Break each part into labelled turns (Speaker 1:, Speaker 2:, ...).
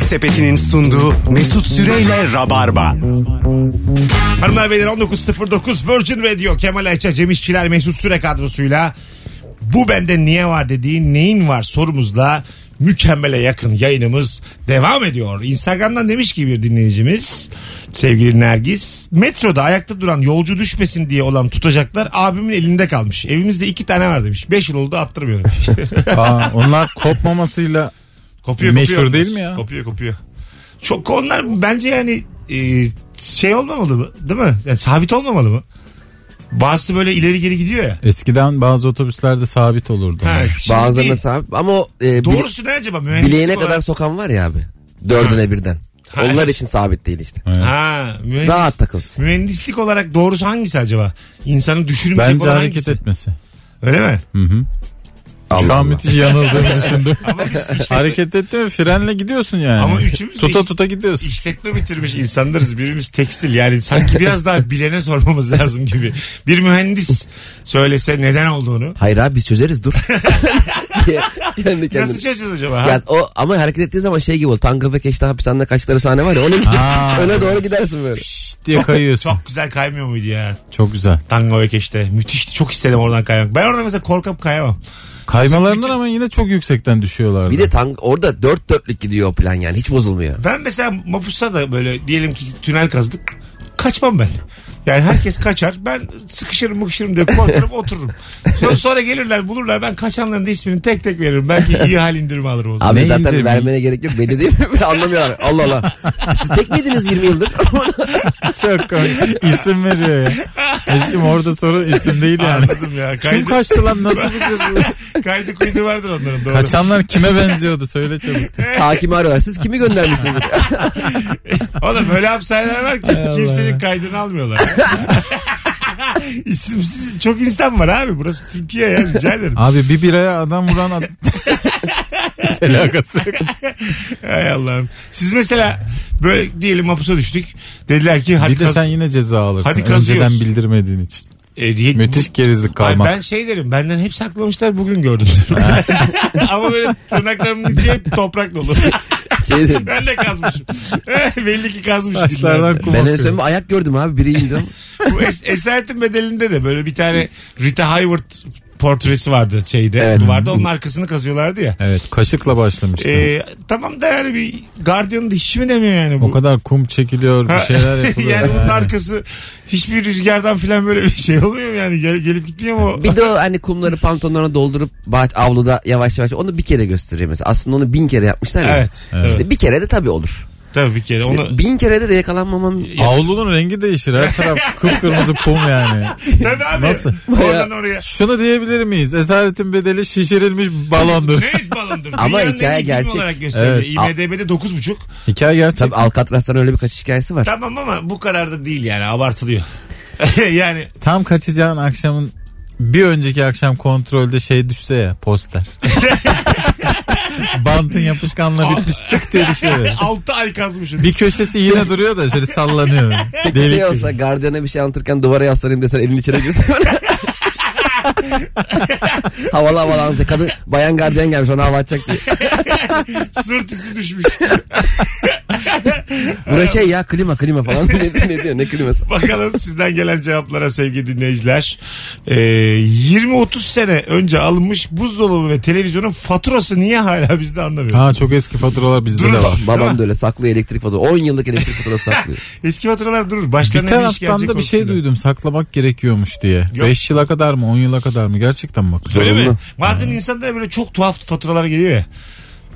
Speaker 1: Sepeti'nin sunduğu Mesut Süreyle Rabarba.
Speaker 2: Hanımlar beyler 19.09 Virgin Radio Kemal Ayça, Cem İşçiler, Mesut Süre kadrosuyla bu bende niye var dediğin neyin var sorumuzla mükemmele yakın yayınımız devam ediyor. Instagram'dan demiş ki bir dinleyicimiz sevgili Nergis metroda ayakta duran yolcu düşmesin diye olan tutacaklar abimin elinde kalmış. Evimizde iki tane var demiş. Beş yıl oldu attırmıyorum.
Speaker 3: Aa, onlar kopmamasıyla
Speaker 2: kopuyor
Speaker 3: Meşhur
Speaker 2: kopuyor.
Speaker 3: değil mi ya?
Speaker 2: Kopuyor kopuyor. Çok onlar bence yani e, şey olmamalı mı? Değil mi? Yani sabit olmamalı mı? Bazısı böyle ileri geri gidiyor ya.
Speaker 3: eskiden bazı otobüslerde sabit olurdu.
Speaker 2: Ha,
Speaker 3: onlar.
Speaker 2: şimdi
Speaker 4: Bazılarına
Speaker 2: değil.
Speaker 4: sahip ama o e, bile-
Speaker 2: Doğrusu ne acaba? Mühendislik
Speaker 4: bileğine
Speaker 2: olarak-
Speaker 4: kadar sokan var ya abi. Dördüne birden.
Speaker 2: Ha,
Speaker 4: Onlar
Speaker 2: evet.
Speaker 4: için sabit değil işte.
Speaker 3: Evet.
Speaker 2: Ha, mühendis-
Speaker 4: Rahat takılsın.
Speaker 2: Mühendislik olarak doğrusu hangisi acaba? İnsanı düşürmeyecek
Speaker 3: Bence
Speaker 2: olan
Speaker 3: hareket
Speaker 2: hangisi?
Speaker 3: etmesi.
Speaker 2: Öyle mi?
Speaker 3: Şu
Speaker 4: Allah
Speaker 3: an
Speaker 4: Allah.
Speaker 3: müthiş yanıldığımı düşündüm.
Speaker 2: Ama biz işte-
Speaker 3: hareket etti mi frenle gidiyorsun yani.
Speaker 2: Ama üçümüz de
Speaker 3: tuta
Speaker 2: iş-
Speaker 3: tuta gidiyorsun.
Speaker 2: İşletme bitirmiş insanlarız. Birimiz tekstil yani sanki biraz daha bilene sormamız lazım gibi. Bir mühendis söylese neden olduğunu.
Speaker 4: Hayır abi biz çözeriz dur. Diye Kendi
Speaker 2: Nasıl
Speaker 4: kendine.
Speaker 2: çözeceğiz acaba? ha?
Speaker 4: Ya o ama hareket ettiği zaman şey gibi ol. Tango ve Keşte hapishanede kaçtıkları sahne var ya. Ona
Speaker 3: Aa.
Speaker 4: gidip, öne doğru gidersin böyle.
Speaker 3: Şşt diye kayıyorsun. Çok,
Speaker 2: Çok güzel kaymıyor muydu ya?
Speaker 3: güzel.
Speaker 2: Tango ve keşte. Müthişti. Çok istedim oradan kaymak. Ben orada mesela korkak kayamam.
Speaker 3: Kaymalarından ama yine çok yüksekten düşüyorlardı.
Speaker 4: Bir de tang orada dört dörtlük gidiyor o plan yani. Hiç bozulmuyor.
Speaker 2: Ben mesela Mapus'a da böyle diyelim ki tünel kazdık. Kaçmam ben. Yani herkes kaçar. Ben sıkışırım mıkışırım diye korkarım otururum. Sonra, sonra gelirler bulurlar. Ben kaçanların da ismini tek tek veririm. Belki iyi hal indirimi alırım o zaman.
Speaker 4: Abi
Speaker 3: Ne
Speaker 4: zaten
Speaker 3: indirimi?
Speaker 4: vermene gerek yok. Belli değil mi? Anlamıyorlar. Allah Allah. Siz tek miydiniz 20 yıldır?
Speaker 3: çok komik. İsim veriyor ya. Esim orada sorun isim değil yani.
Speaker 2: Anladım ya.
Speaker 3: Kim
Speaker 2: Kaydı,
Speaker 3: kaçtı lan nasıl bileceğiz?
Speaker 2: kaydı kuydu vardır onların doğru.
Speaker 3: Kaçanlar kime benziyordu söyle çabuk.
Speaker 4: Hakimi arıyorlar. Siz kimi göndermişsiniz?
Speaker 2: Oğlum böyle hapishaneler var ki kimsenin kaydını almıyorlar. İsimsiz çok insan var abi. Burası Türkiye ya rica ederim.
Speaker 3: Abi bir biraya adam vuran adam. Hiç alakası yok.
Speaker 2: Hay Allah'ım. Siz mesela böyle diyelim hapusa düştük. Dediler ki hadi
Speaker 3: Bir de
Speaker 2: kaz-
Speaker 3: sen yine ceza alırsın.
Speaker 2: Hadi kazıyoruz.
Speaker 3: Önceden bildirmediğin için.
Speaker 2: E, diye-
Speaker 3: Müthiş gerizlik
Speaker 2: Ay
Speaker 3: kalmak.
Speaker 2: ben şey derim benden hep saklamışlar bugün gördüm derim. Ama böyle tırnaklarımın içi hep toprak dolu.
Speaker 4: Şey dedim.
Speaker 2: ben de kazmışım. Belli ki kazmışım.
Speaker 3: Saçlardan kum
Speaker 4: Ben en
Speaker 3: akıyor.
Speaker 4: son bir ayak gördüm abi. Biri indi. ama.
Speaker 2: Bu es- esaretin bedelinde de böyle bir tane Rita Hayworth portresi vardı şeyde.
Speaker 4: Evet.
Speaker 2: Duvarda onun arkasını kazıyorlardı ya.
Speaker 3: Evet kaşıkla başlamıştı.
Speaker 2: E, tamam da yani bir Guardian'ın da hiç mi demiyor yani bu?
Speaker 3: o kadar kum çekiliyor bir şeyler yapılıyor.
Speaker 2: yani bunun
Speaker 3: Yani.
Speaker 2: arkası hiçbir rüzgardan falan böyle bir şey olmuyor mu yani Gel- gelip gitmiyor mu? o?
Speaker 4: Bir de o hani kumları pantolonlarına doldurup bahç avluda yavaş yavaş onu bir kere gösteriyor mesela. Aslında onu bin kere yapmışlar ya.
Speaker 2: Evet. evet.
Speaker 4: İşte bir kere de tabii olur. E,
Speaker 2: Tabii bir kere. Onu...
Speaker 4: Bin kere de yakalanmamam
Speaker 3: Avlunun rengi değişir her taraf kıpkırmızı kum yani.
Speaker 2: Tabii abi.
Speaker 3: Nasıl?
Speaker 2: Oradan oraya.
Speaker 3: Şunu diyebilir miyiz? Esaretin bedeli şişirilmiş balondur.
Speaker 2: Evet balondur.
Speaker 4: Ama
Speaker 2: Dünyanın en
Speaker 4: hikaye
Speaker 2: iyi filmi
Speaker 4: gerçek.
Speaker 2: olarak gösteriliyor.
Speaker 3: Evet.
Speaker 2: IMDB'de 9.5.
Speaker 3: Hikaye gerçek.
Speaker 4: Tabii Alcatraz'dan öyle bir kaçış hikayesi var.
Speaker 2: Tamam ama bu kadar da değil yani abartılıyor. yani
Speaker 3: Tam kaçacağın akşamın bir önceki akşam kontrolde şey düşse ya poster. Bantın yapışkanla bitmiş tık diye düşüyor. ya.
Speaker 2: 6 ay kazmışsın.
Speaker 3: Bir köşesi yine duruyor da şöyle sallanıyor.
Speaker 4: Peki
Speaker 3: Delik
Speaker 4: şey
Speaker 3: gibi.
Speaker 4: olsa gardiyana bir şey anlatırken duvara yaslanayım desen elin içine girsin. havalı havalı anlatıyor. Kadın bayan gardiyan gelmiş ona hava atacak diye.
Speaker 2: Sırt üstü düşmüş.
Speaker 4: Bura şey ya klima klima falan. ne, ne diyor ne kliması?
Speaker 2: Bakalım sizden gelen cevaplara sevgili dinleyiciler. Ee, 20-30 sene önce alınmış buzdolabı ve televizyonun faturası niye hala bizde anlamıyorum.
Speaker 3: Ha çok eski faturalar bizde
Speaker 2: Durur.
Speaker 3: de var.
Speaker 4: Babam da öyle saklıyor elektrik faturası. 10 yıllık elektrik faturası saklıyor.
Speaker 2: Eski faturalar durur. Başlarına
Speaker 3: Bir
Speaker 2: iş
Speaker 3: taraftan
Speaker 2: gelecek
Speaker 3: da bir şey
Speaker 2: korkusuyla.
Speaker 3: duydum saklamak gerekiyormuş diye. 5 yıla kadar mı 10 yıla kadar mı gerçekten bak.
Speaker 2: Öyle mi?
Speaker 4: Zorunlu.
Speaker 2: Bazen insanlara böyle çok tuhaf faturalar geliyor ya.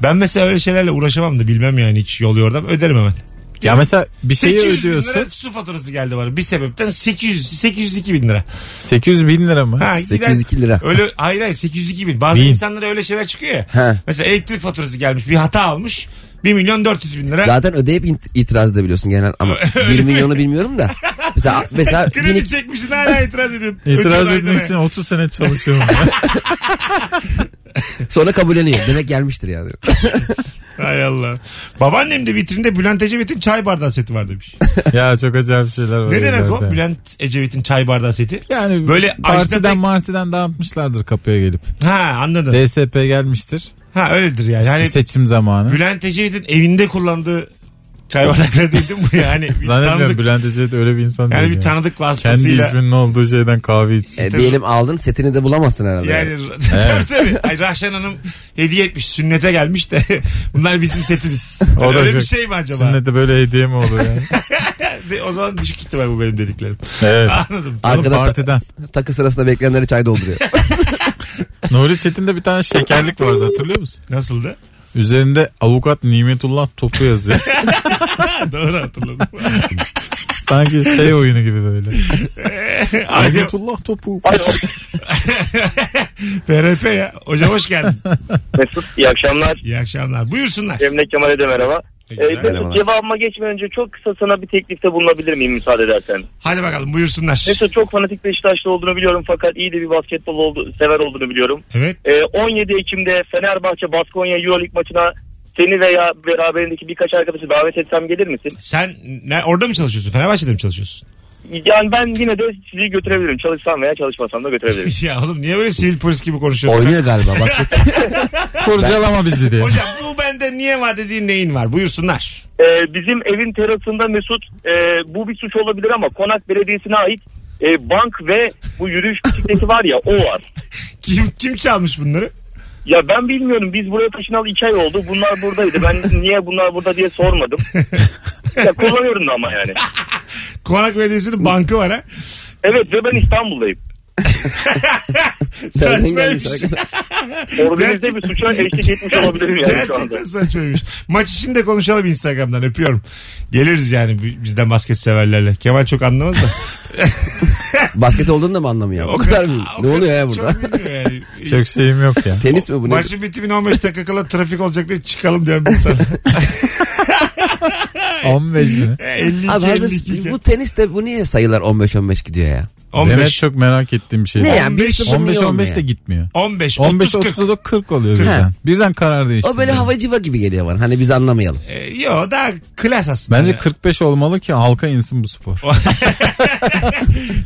Speaker 2: Ben mesela öyle şeylerle uğraşamam da bilmem yani hiç yol yordam öderim hemen.
Speaker 3: Ya mesela bir şeyi
Speaker 2: 800 bin
Speaker 3: ödüyorsun.
Speaker 2: lira su faturası geldi bana bir sebepten 800 802 bin lira.
Speaker 3: 800 bin lira mı?
Speaker 2: Ha,
Speaker 4: 802 lira.
Speaker 2: Öyle hayır hayır 802 bin. Bazı
Speaker 3: Bin.
Speaker 2: insanlara öyle şeyler çıkıyor ya.
Speaker 4: He.
Speaker 2: Mesela elektrik faturası gelmiş bir hata almış 1 milyon 400 bin lira.
Speaker 4: Zaten ödeyip it- itiraz da biliyorsun genel ama 1 milyonu bilmiyorum da. Mesela mesela
Speaker 2: Kredi
Speaker 4: bin-
Speaker 2: çekmişsin hala itiraz ediyorsun.
Speaker 3: İtiraz
Speaker 2: Ödüyorsun
Speaker 3: etmek
Speaker 2: aydın'a.
Speaker 3: için 30 sene çalışıyorum.
Speaker 4: sonra kabulleniyor. Demek gelmiştir yani.
Speaker 2: Hay Allah. Babaannem de vitrinde Bülent Ecevit'in çay bardağı seti var demiş.
Speaker 3: ya çok acayip şeyler var.
Speaker 2: ne demek o
Speaker 3: evlerde.
Speaker 2: Bülent Ecevit'in çay bardağı seti?
Speaker 3: Yani
Speaker 2: Böyle
Speaker 3: böyle
Speaker 2: Ajda Pek-
Speaker 3: partiden martiden dağıtmışlardır kapıya gelip.
Speaker 2: Ha anladım.
Speaker 3: DSP gelmiştir.
Speaker 2: Ha öyledir yani.
Speaker 3: İşte
Speaker 2: Yani
Speaker 3: seçim zamanı.
Speaker 2: Bülent Ecevit'in evinde kullandığı çay bardakları değil değil mi bu yani? Bir
Speaker 3: Zannetmiyorum
Speaker 2: tanıdık,
Speaker 3: Bülent Ecevit öyle bir insan
Speaker 2: yani
Speaker 3: değil.
Speaker 2: bir
Speaker 3: ya.
Speaker 2: tanıdık
Speaker 3: Kendi
Speaker 2: vasıtasıyla.
Speaker 3: isminin olduğu şeyden kahve içsin.
Speaker 4: E, bir elim aldın setini de bulamazsın herhalde.
Speaker 2: Yani tabii tabii. Ay, Rahşan Hanım hediye etmiş sünnete gelmiş de bunlar bizim setimiz.
Speaker 3: O da
Speaker 2: öyle bir
Speaker 3: çok-
Speaker 2: şey mi acaba?
Speaker 3: Sünnette böyle hediye mi olur yani?
Speaker 2: De- O zaman düşük ihtimal bu benim dediklerim.
Speaker 3: evet.
Speaker 2: Anladım.
Speaker 3: Arkada
Speaker 4: Arkada ta-
Speaker 3: partiden.
Speaker 4: takı sırasında bekleyenleri çay dolduruyor.
Speaker 3: Nuri Çetin'de bir tane şekerlik vardı hatırlıyor musun?
Speaker 2: Nasıldı?
Speaker 3: Üzerinde avukat Nimetullah topu yazıyor.
Speaker 2: Ha, Doğru hatırladım.
Speaker 3: Sanki şey oyunu gibi böyle.
Speaker 2: Alo
Speaker 3: Nimetullah topu.
Speaker 2: PRP ya. Hocam hoş geldin.
Speaker 5: Mesut iyi akşamlar.
Speaker 2: İyi akşamlar. Buyursunlar.
Speaker 5: Cemile Kemal'e de merhaba.
Speaker 2: Peki,
Speaker 5: Ee, Mesut
Speaker 4: Merhabalar.
Speaker 5: cevabıma geçmeden önce çok kısa sana bir teklifte bulunabilir miyim müsaade edersen?
Speaker 2: Hadi bakalım buyursunlar.
Speaker 5: Mesut çok fanatik Beşiktaşlı olduğunu biliyorum fakat iyi de bir basketbol oldu, sever olduğunu biliyorum.
Speaker 2: Evet.
Speaker 5: Ee, 17 Ekim'de Fenerbahçe Baskonya Euroleague maçına seni veya beraberindeki birkaç arkadaşı davet etsem gelir misin?
Speaker 2: Sen ne, orada mı çalışıyorsun? Fenerbahçe'de mi çalışıyorsun?
Speaker 5: Yani ben yine de sizi götürebilirim. Çalışsam veya çalışmasam da götürebilirim.
Speaker 2: ya oğlum niye böyle sivil polis gibi konuşuyorsun?
Speaker 4: Oynuyor galiba basket.
Speaker 3: Kurcalama bizi diye.
Speaker 2: Hocam bu bende niye var dediğin neyin var? Buyursunlar.
Speaker 5: Ee, bizim evin terasında Mesut e, bu bir suç olabilir ama Konak Belediyesi'ne ait e, bank ve bu yürüyüş bisikleti var ya o var.
Speaker 2: Kim kim çalmış bunları?
Speaker 5: Ya ben bilmiyorum biz buraya taşınalı 2 ay oldu. Bunlar buradaydı. Ben niye bunlar burada diye sormadım. ya kullanıyorum da ama yani.
Speaker 2: Konak Belediyesi'nin bankı var ha.
Speaker 5: Evet ve ben İstanbul'dayım.
Speaker 4: Senden
Speaker 2: Saçmaymış.
Speaker 4: gelmiş arkadaş.
Speaker 5: Organize bir suça eşlik etmiş olabilirim yani şu anda.
Speaker 2: Gerçekten saçmaymış. Maç için de konuşalım Instagram'dan öpüyorum. Geliriz yani bi- bizden basket severlerle. Kemal çok anlamaz da.
Speaker 4: Basket olduğunu da mı anlamıyor? O kadar mı?
Speaker 2: o
Speaker 4: Ne
Speaker 2: kadar
Speaker 4: oluyor ya burada?
Speaker 2: Çok bilmiyor yani.
Speaker 3: Çok şeyim yok ya.
Speaker 4: Tenis mi bu? Ne?
Speaker 2: Maçın bitimine 15 dakika kala trafik olacak diye çıkalım diyorum ben sana.
Speaker 3: 15 mi?
Speaker 2: 52,
Speaker 4: Abi hazır
Speaker 2: 52.
Speaker 4: bu tenis de bu niye sayılar 15-15 gidiyor ya?
Speaker 2: 15,
Speaker 3: Demet çok merak ettiğim bir şey.
Speaker 4: Ne yani?
Speaker 2: 15,
Speaker 4: 1-0 niye
Speaker 3: 15
Speaker 4: olmuyor?
Speaker 3: 15 de gitmiyor.
Speaker 2: 15,
Speaker 3: 15
Speaker 2: 30, 40.
Speaker 3: 39 40 oluyor birden. Birden karar değişti.
Speaker 4: O böyle hava civa gibi geliyor bana. Hani biz anlamayalım.
Speaker 2: Ee, yo daha klas aslında.
Speaker 3: Bence 45 olmalı ki halka insin bu spor.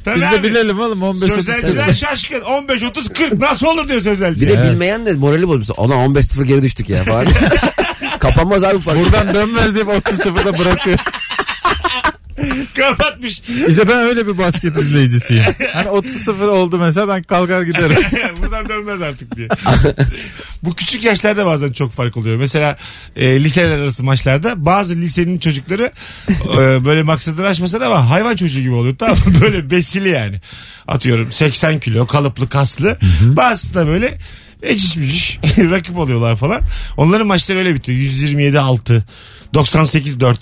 Speaker 2: Tabii
Speaker 3: Biz de
Speaker 2: abi.
Speaker 3: bilelim oğlum 15
Speaker 2: Sözelciler şaşkın. 15 30 40 nasıl olur diyor sözelci.
Speaker 4: Bir de
Speaker 3: Evet.
Speaker 4: bilmeyen de morali bozmuş. Ulan 15-0 geri düştük ya falan. Kapanmaz abi bu fark.
Speaker 3: Buradan dönmez deyip 30-0'da bırakıyor.
Speaker 2: Kapatmış.
Speaker 3: İşte ben öyle bir basket izleyicisiyim. Hani 30-0 oldu mesela ben kalkar giderim.
Speaker 2: Buradan dönmez artık diye. Bu küçük yaşlarda bazen çok fark oluyor. Mesela e, liseler arası maçlarda bazı lisenin çocukları e, böyle maksadını aşmasın ama hayvan çocuğu gibi oluyor. Tamam mı? Böyle besili yani. Atıyorum 80 kilo kalıplı kaslı. Bazısı da böyle eciş bücüş rakip oluyorlar falan. Onların maçları öyle bitiyor. 127-6 98-4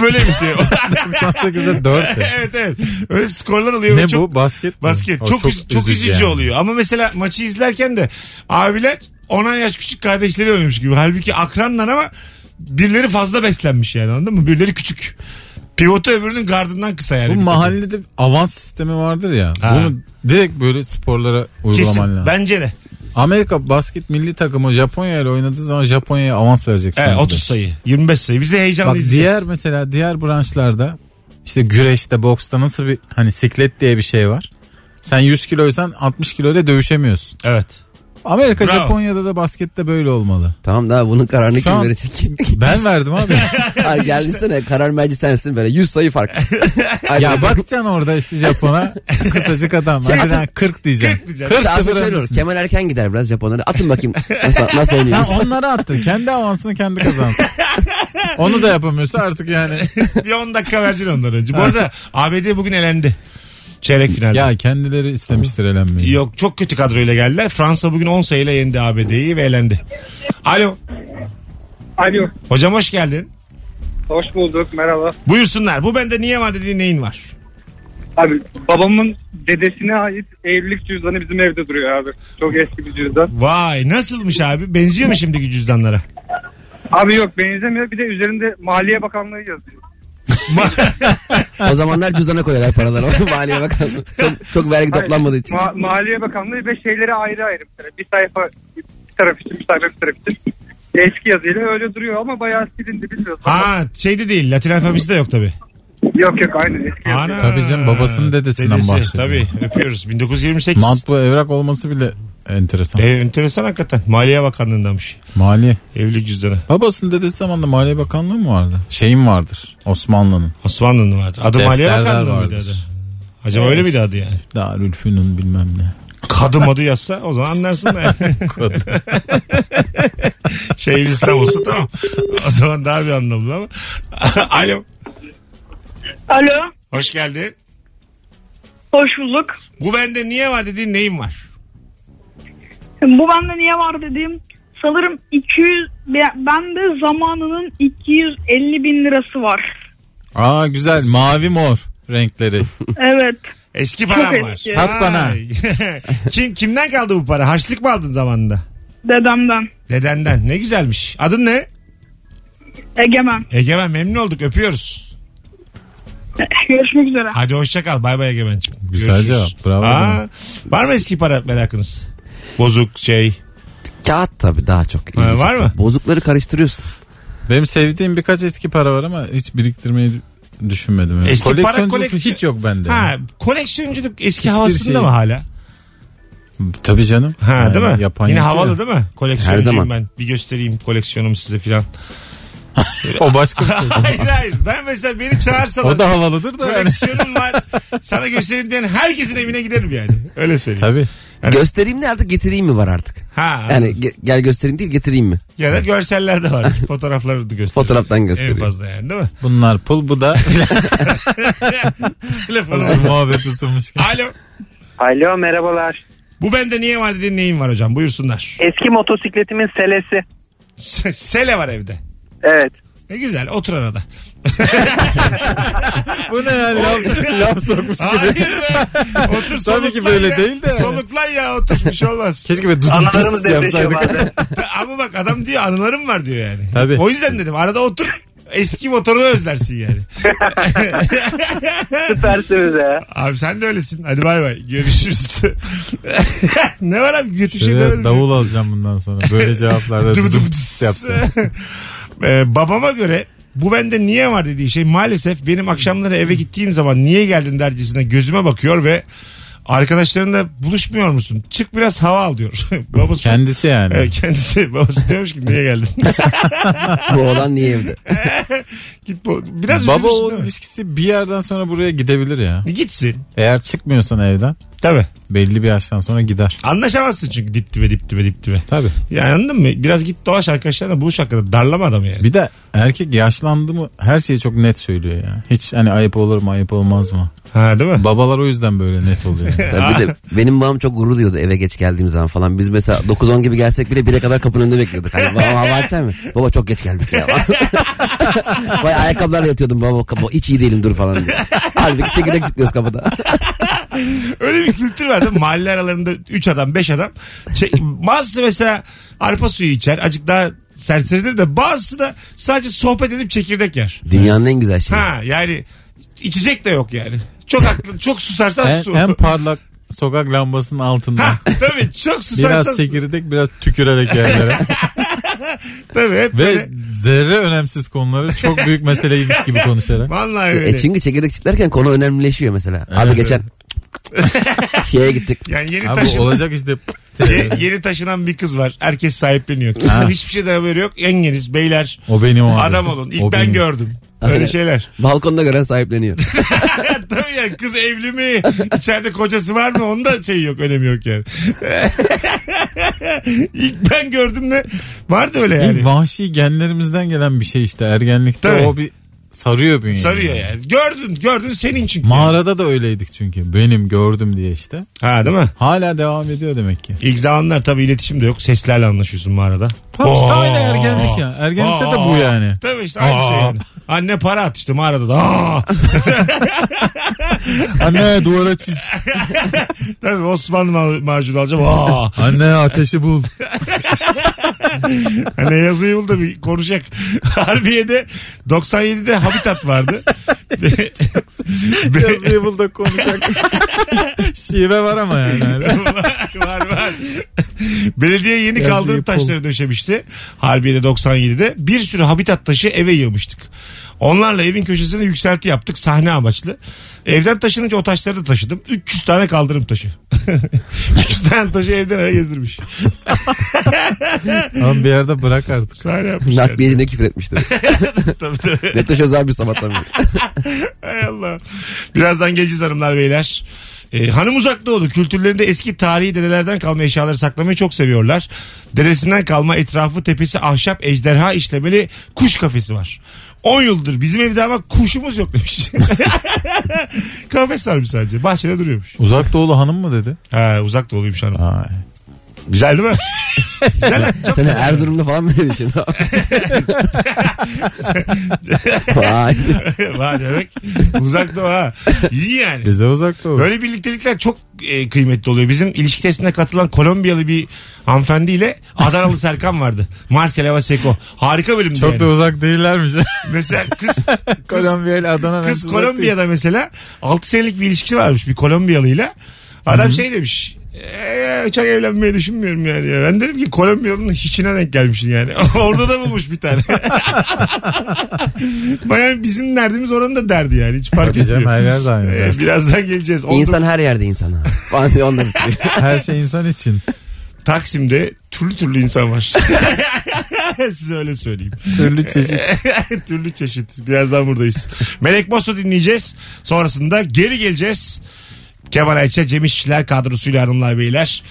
Speaker 2: böyle bitiyor.
Speaker 3: 98'e 4. ya.
Speaker 2: evet evet. Öyle skorlar oluyor. ve
Speaker 3: Ne
Speaker 2: çok-
Speaker 3: bu basket mi?
Speaker 2: Basket
Speaker 3: O
Speaker 2: çok üz- çok, üzücü
Speaker 3: yani.
Speaker 2: oluyor. Ama mesela maçı izlerken de abiler 10 yaş küçük kardeşleri oynuyormuş gibi. Halbuki akranlar ama birileri fazla beslenmiş yani anladın mı? Birileri küçük. Pivotu öbürünün gardından kısa yani.
Speaker 3: Bu
Speaker 2: Bir takım.
Speaker 3: mahallede avans sistemi vardır ya.
Speaker 2: Ha.
Speaker 3: Bunu direkt böyle sporlara uygulaman
Speaker 2: Kesin.
Speaker 3: lazım.
Speaker 2: Bence de.
Speaker 3: Amerika basket milli takımı Japonya ile oynadığı zaman Japonya'ya avans vereceksin.
Speaker 2: Evet, 30 sayı. 25 sayı. Biz de heyecanlı
Speaker 3: Bak
Speaker 2: izleyeceğiz.
Speaker 3: diğer mesela diğer branşlarda işte güreşte, boksta nasıl bir hani siklet diye bir şey var. Sen 100 kiloysan 60 kiloyla dövüşemiyorsun.
Speaker 2: Evet.
Speaker 3: Amerika,
Speaker 2: Bravo.
Speaker 3: Japonya'da da baskette böyle olmalı.
Speaker 4: Tamam da bunun kararını
Speaker 3: Şu
Speaker 4: kim
Speaker 3: an-
Speaker 4: verecek?
Speaker 3: Ben verdim abi.
Speaker 4: Ha, Geldin karar merci sensin böyle 100 sayı fark. Ay,
Speaker 3: ya bakacaksın orada işte Japon'a kısacık adam.
Speaker 4: Şey,
Speaker 3: Harbiden 40
Speaker 2: 40
Speaker 3: diyeceksin.
Speaker 2: diyeceksin.
Speaker 3: 40
Speaker 4: Mesela aslında
Speaker 3: sıfır
Speaker 4: şöyle olur.
Speaker 3: öndesin.
Speaker 4: Kemal Erken gider biraz Japonlara. Atın bakayım nasıl, nasıl
Speaker 3: Ha,
Speaker 4: oynuyoruz.
Speaker 3: onları attır. Kendi avansını kendi kazansın. Onu da yapamıyorsa artık yani.
Speaker 2: bir 10 dakika vereceksin ondan önce. Bu arada ABD bugün elendi. Çeyrek finalde.
Speaker 3: Ya kendileri istemiştir elenmeyi.
Speaker 2: Yok çok kötü kadroyla geldiler. Fransa bugün 10 sayıyla yendi ABD'yi ve elendi. Alo.
Speaker 6: Alo.
Speaker 2: Hocam hoş geldin.
Speaker 6: Hoş bulduk. Merhaba.
Speaker 2: Buyursunlar. Bu bende niye var dediğin neyin var?
Speaker 6: Abi babamın dedesine ait evlilik cüzdanı bizim evde duruyor abi. Çok eski bir cüzdan.
Speaker 2: Vay nasılmış abi? Benziyor mu şimdiki cüzdanlara?
Speaker 6: Abi yok benzemiyor. Bir de üzerinde Maliye Bakanlığı yazıyor.
Speaker 4: O zamanlar cüzdana koyuyorlar paraları. Maliye bakalım. Çok, çok vergi toplanmadığı için.
Speaker 6: Ma- Maliye Bakanlığı ve şeyleri ayrı ayrı. Mesela bir sayfa bir taraf için bir sayfa bir taraf için. Eski yazıyla öyle duruyor ama bayağı silindi bilmiyorsun.
Speaker 2: Ha şeyde değil. Latin alfabesi de yok tabii.
Speaker 6: Yok yok aynı eski yazı.
Speaker 2: Ana.
Speaker 3: Tabii canım, babasının dedesinden bahsediyor.
Speaker 2: Tabii öpüyoruz. 1928.
Speaker 3: Mant bu evrak olması bile Enteresan.
Speaker 2: E, enteresan hakikaten. Maliye Bakanlığındanmış.
Speaker 3: Maliye.
Speaker 2: Evlilik cüzdanı.
Speaker 3: Babasının dedesi zamanında Maliye Bakanlığı mı vardı? Şeyin vardır. Osmanlı'nın.
Speaker 2: Osmanlı'nın vardı. Adı Maliye
Speaker 3: Defterler
Speaker 2: Bakanlığı mıydı
Speaker 3: vardır.
Speaker 2: adı? Acaba öyle miydi adı yani?
Speaker 3: Darülfünun bilmem ne.
Speaker 2: Kadım adı yazsa o zaman anlarsın da. şey İslam olsa tamam. O zaman daha bir anlamlı ama. Alo.
Speaker 7: Alo.
Speaker 2: Hoş geldin.
Speaker 7: Hoş bulduk.
Speaker 2: Bu bende niye var dediğin neyin var?
Speaker 7: Bu bende niye var dediğim sanırım 200 be- bende zamanının 250 bin lirası var.
Speaker 3: Aa güzel mavi mor renkleri.
Speaker 7: Evet.
Speaker 2: Eski param
Speaker 7: Çok
Speaker 2: var.
Speaker 7: eski.
Speaker 3: Sat bana.
Speaker 2: Ay. Kim kimden kaldı bu para? Harçlık mı aldın zamanında?
Speaker 7: Dedemden.
Speaker 2: Dedenden. Ne güzelmiş. Adın ne?
Speaker 7: Egemen.
Speaker 2: Egemen memnun olduk. Öpüyoruz.
Speaker 7: Görüşmek üzere.
Speaker 2: Hadi hoşça kal. Bay bay Egemen'cim.
Speaker 3: Güzel
Speaker 2: Görüşürüz.
Speaker 3: cevap. Bravo.
Speaker 2: Aa, var mı eski para merakınız? Bozuk şey.
Speaker 4: Kağıt tabii daha çok.
Speaker 3: Ee,
Speaker 2: Ha,
Speaker 4: ilgi
Speaker 2: var
Speaker 4: çekiyor.
Speaker 2: mı?
Speaker 4: Bozukları karıştırıyorsun.
Speaker 3: Benim sevdiğim birkaç eski para var ama hiç biriktirmeyi düşünmedim.
Speaker 2: Eski para
Speaker 3: Koleksiyonculuk
Speaker 2: koleksiyon-
Speaker 3: hiç yok bende.
Speaker 2: Ha, koleksiyonculuk eski
Speaker 3: Hiçbir
Speaker 2: havasında
Speaker 3: şey.
Speaker 2: mı hala?
Speaker 3: Tabii canım.
Speaker 2: Ha
Speaker 3: Yani
Speaker 2: değil mi?
Speaker 3: yapan
Speaker 2: Yine
Speaker 3: yapıyor.
Speaker 2: havalı değil mi? Koleksiyoncuyum
Speaker 4: zaman.
Speaker 2: ben. Bir göstereyim koleksiyonumu size filan.
Speaker 3: O başka bir şey.
Speaker 2: hayır hayır. Ben mesela beni çağırsalar
Speaker 3: o da havalıdır da. Yani.
Speaker 2: koleksiyonum var. Sana göstereyim diyen herkesin evine giderim yani. Öyle söyleyeyim.
Speaker 3: Tabii.
Speaker 2: Yani-
Speaker 4: Göstereyim de artık getireyim mi var artık?
Speaker 2: Ha.
Speaker 4: Yani ge- gel göstereyim değil getireyim mi?
Speaker 2: Ya da görseller de var. Fotoğrafları da gösteriyor.
Speaker 4: Fotoğraftan gösteriyor.
Speaker 2: En fazla yani değil mi?
Speaker 3: Bunlar pul bu da
Speaker 2: Telefonu.
Speaker 3: muhabbet ısınmış.
Speaker 2: Alo.
Speaker 8: Alo merhabalar.
Speaker 2: Bu bende niye var dediğin neyin var hocam? Buyursunlar.
Speaker 8: Eski motosikletimin selesi.
Speaker 2: Se- Sele var evde.
Speaker 8: Evet.
Speaker 2: Ne güzel otur arada.
Speaker 3: bu ne ya laf, laf sokmuş
Speaker 2: Hayır
Speaker 3: gibi.
Speaker 2: be. Otur soluklan
Speaker 3: Tabii ki böyle
Speaker 2: ya.
Speaker 3: değil de.
Speaker 2: Soluklan ya otur bir şey olmaz.
Speaker 3: Keşke böyle dudum
Speaker 8: Analarımız
Speaker 3: pıs
Speaker 8: depreşiyor
Speaker 3: yapsaydık.
Speaker 8: bazen.
Speaker 2: Ama bak adam diyor anılarım var diyor yani.
Speaker 3: Tabii.
Speaker 2: O yüzden dedim arada otur eski motorunu özlersin yani.
Speaker 8: Süpersiniz ya.
Speaker 2: Abi sen de öylesin. Hadi bay bay. Görüşürüz. ne var abi? Kötü şey
Speaker 3: Şöyle
Speaker 2: demedim.
Speaker 3: davul alacağım bundan sonra. Böyle cevaplarda
Speaker 2: Dım dım
Speaker 3: dudum
Speaker 2: tıs.
Speaker 3: pıs yapsaydık.
Speaker 2: Ee, babama göre bu bende niye var dediği şey maalesef benim akşamları eve gittiğim zaman niye geldin dercesine gözüme bakıyor ve arkadaşlarınla buluşmuyor musun? Çık biraz hava al diyor. babası.
Speaker 3: Kendisi yani.
Speaker 2: Evet, kendisi babası diyormuş ki niye geldin?
Speaker 4: Bu olan niye evde?
Speaker 2: Git bu. Biraz
Speaker 3: Baba
Speaker 2: üzülürsün
Speaker 3: oğul
Speaker 2: değil mi?
Speaker 3: ilişkisi bir yerden sonra buraya gidebilir ya.
Speaker 2: Gitsin.
Speaker 3: Eğer çıkmıyorsan evden
Speaker 2: Tabii.
Speaker 3: belli bir yaştan sonra gider.
Speaker 2: Anlaşamazsın çünkü dip dibe dip dibe dip dibe.
Speaker 3: Tabii.
Speaker 2: Yani anladın mı? Biraz git dolaş arkadaşlarına buluş hakikaten. Darlama adamı yani.
Speaker 3: Bir de erkek yaşlandı mı her şeyi çok net söylüyor ya. Hiç hani ayıp olur mu ayıp olmaz mı?
Speaker 2: Ha değil mi?
Speaker 3: Babalar o yüzden böyle net oluyor. yani.
Speaker 4: Ya bir de benim babam çok gurur duyuyordu eve geç geldiğim zaman falan. Biz mesela 9-10 gibi gelsek bile 1'e kadar kapının önünde bekliyorduk. Hani baba hava açar mı? Baba çok geç geldik ya. Vay ayakkabılarla yatıyordum baba kapı. Hiç iyi değilim dur falan. diye. Halbuki çekirdek çıkıyoruz kapıda.
Speaker 2: Öyle bir kültür var değil mi? Mahalle aralarında 3 adam 5 adam. Çek, bazısı mesela arpa suyu içer. Azıcık daha serseridir de bazısı da sadece sohbet edip çekirdek yer.
Speaker 4: Dünyanın en güzel şeyi. E,
Speaker 2: Ha yani içecek de yok yani. Çok haklı, çok susarsan
Speaker 3: en,
Speaker 2: su.
Speaker 3: en parlak sokak lambasının altında.
Speaker 2: Ha, tabii çok susarsan
Speaker 3: biraz
Speaker 2: su.
Speaker 3: çekirdek biraz tükürerek yerlere.
Speaker 2: Tabii hep
Speaker 3: Ve
Speaker 2: böyle.
Speaker 3: zerre önemsiz konuları çok büyük meseleymiş gibi konuşarak.
Speaker 2: Vallahi öyle.
Speaker 4: E çünkü çekirdek çitlerken konu önemlileşiyor mesela. Abi
Speaker 3: Evet.
Speaker 4: geçen şeye gittik.
Speaker 2: yani yeni
Speaker 3: Abi
Speaker 2: taşın.
Speaker 3: olacak işte.
Speaker 2: Ye- yeni taşınan bir kız var. Herkes sahipleniyor. Kızın
Speaker 3: Ha.
Speaker 2: hiçbir şeyden haberi yok. Yengeniz, beyler,
Speaker 3: O benim o abi.
Speaker 2: adam olun. İlk
Speaker 3: O
Speaker 2: ben
Speaker 3: benim.
Speaker 2: gördüm. Öyle
Speaker 4: Aynen.
Speaker 2: şeyler.
Speaker 4: Balkonda gören sahipleniyor.
Speaker 2: Tabii yani kız evli mi? İçeride kocası var mı? Onun da şey yok, önemi yok yani. İlk ben gördüm de vardı öyle
Speaker 3: Bir
Speaker 2: yani.
Speaker 3: vahşi genlerimizden gelen bir şey işte ergenlikte
Speaker 2: Tabii.
Speaker 3: o bir sarıyor bünyeyi.
Speaker 2: Sarıyor yani. Gördün, gördün senin çünkü.
Speaker 3: Mağarada da öyleydik çünkü. Benim gördüm diye işte.
Speaker 2: Ha değil mi?
Speaker 3: Hala devam ediyor demek ki.
Speaker 2: İlk zamanlar tabii iletişim de yok. Seslerle anlaşıyorsun mağarada.
Speaker 3: Tam işte
Speaker 2: Oo.
Speaker 3: aynı ergenlik ya. Ergenlikte de bu
Speaker 2: Aa.
Speaker 3: yani.
Speaker 2: Tabii işte aynı şey
Speaker 3: Aa.
Speaker 2: yani. Anne para at işte mağarada da. Aa.
Speaker 3: Anne duvara çiz.
Speaker 2: Tabii Osmanlı ma- macunu alacağım. Aa.
Speaker 3: Anne ateşi bul.
Speaker 2: Hani yazıyı bul da bir konuşacak. Harbiye'de 97'de Habitat vardı. Be- Be-
Speaker 3: Yazıyı bul da konuşacak. Şive var ama yani. Hala.
Speaker 2: var var var. Belediye yeni
Speaker 3: Yazıyı
Speaker 2: kaldırıp
Speaker 3: bul.
Speaker 2: taşları döşemişti. Harbiye'de 97'de. Bir sürü Habitat taşı eve yığmıştık. Onlarla evin köşesine yükselti yaptık sahne amaçlı. Evden taşınınca o taşları da taşıdım. 300 tane kaldırım taşı. 300 tane taşı evden eve gezdirmiş.
Speaker 3: Abi bir yerde bırak artık.
Speaker 2: Sahne yapmış. yani.
Speaker 4: Nakliyecine küfür etmiştim.
Speaker 2: Tabii, tabii.
Speaker 4: Bektaş Özel bir sabahtan
Speaker 2: Hay Allah. Birazdan geleceğiz hanımlar beyler. Ee, hanım uzak doğdu. Kültürlerinde eski tarihi dedelerden kalma eşyaları saklamayı çok seviyorlar. Dedesinden kalma etrafı tepesi ahşap ejderha işlemeli kuş kafesi var. 10 yıldır bizim evde ama kuşumuz yok demiş. Kafes varmış sadece. Bahçede duruyormuş.
Speaker 3: Uzak doğulu hanım mı dedi?
Speaker 2: Ha, uzak doğuluymuş hanım.
Speaker 3: Ay.
Speaker 2: Güzel değil mi? Güzel. lan, Çok
Speaker 4: Sen Erzurum'da falan mı demişsin? Vay.
Speaker 2: Vay demek. Uzak doğu ha. İyi yani.
Speaker 3: Bize uzak doğu.
Speaker 2: Böyle birliktelikler çok e, kıymetli oluyor. Bizim ilişki testine katılan Kolombiyalı bir hanımefendiyle Adanalı Serkan vardı. Marcela Vaseko. Harika bölümdü
Speaker 3: Çok
Speaker 2: yani.
Speaker 3: da uzak değillermiş.
Speaker 2: Mesela kız kız,
Speaker 3: Kolombiya ile Adana.
Speaker 2: kız
Speaker 3: arası uzak değil.
Speaker 2: Kolombiya'da mesela 6 senelik bir ilişkisi varmış bir Kolombiyalıyla. Adam şey demiş. "Ee, çok evlenmeyi düşünmüyorum yani. ya." Ben dedim ki Kolombiyalı'nın hiçine denk gelmişsin yani. Orada da bulmuş bir tane. Baya bizim derdimiz oranın da derdi yani. Hiç fark
Speaker 3: Tabii canım,
Speaker 2: etmiyor.
Speaker 3: her yerde aynı.
Speaker 2: Ee, birazdan geleceğiz. On
Speaker 4: İnsan her yerde insan ha. Falan diye onunla bitiriyor.
Speaker 3: Her şey insan için.
Speaker 2: Taksim'de türlü türlü insan var. Size öyle söyleyeyim.
Speaker 3: Türlü çeşit.
Speaker 2: türlü çeşit. Birazdan buradayız. Melek Mosso dinleyeceğiz. Sonrasında geri geleceğiz. Kemal Ayça, Cem İşçiler kadrosuyla hanımlar beyler.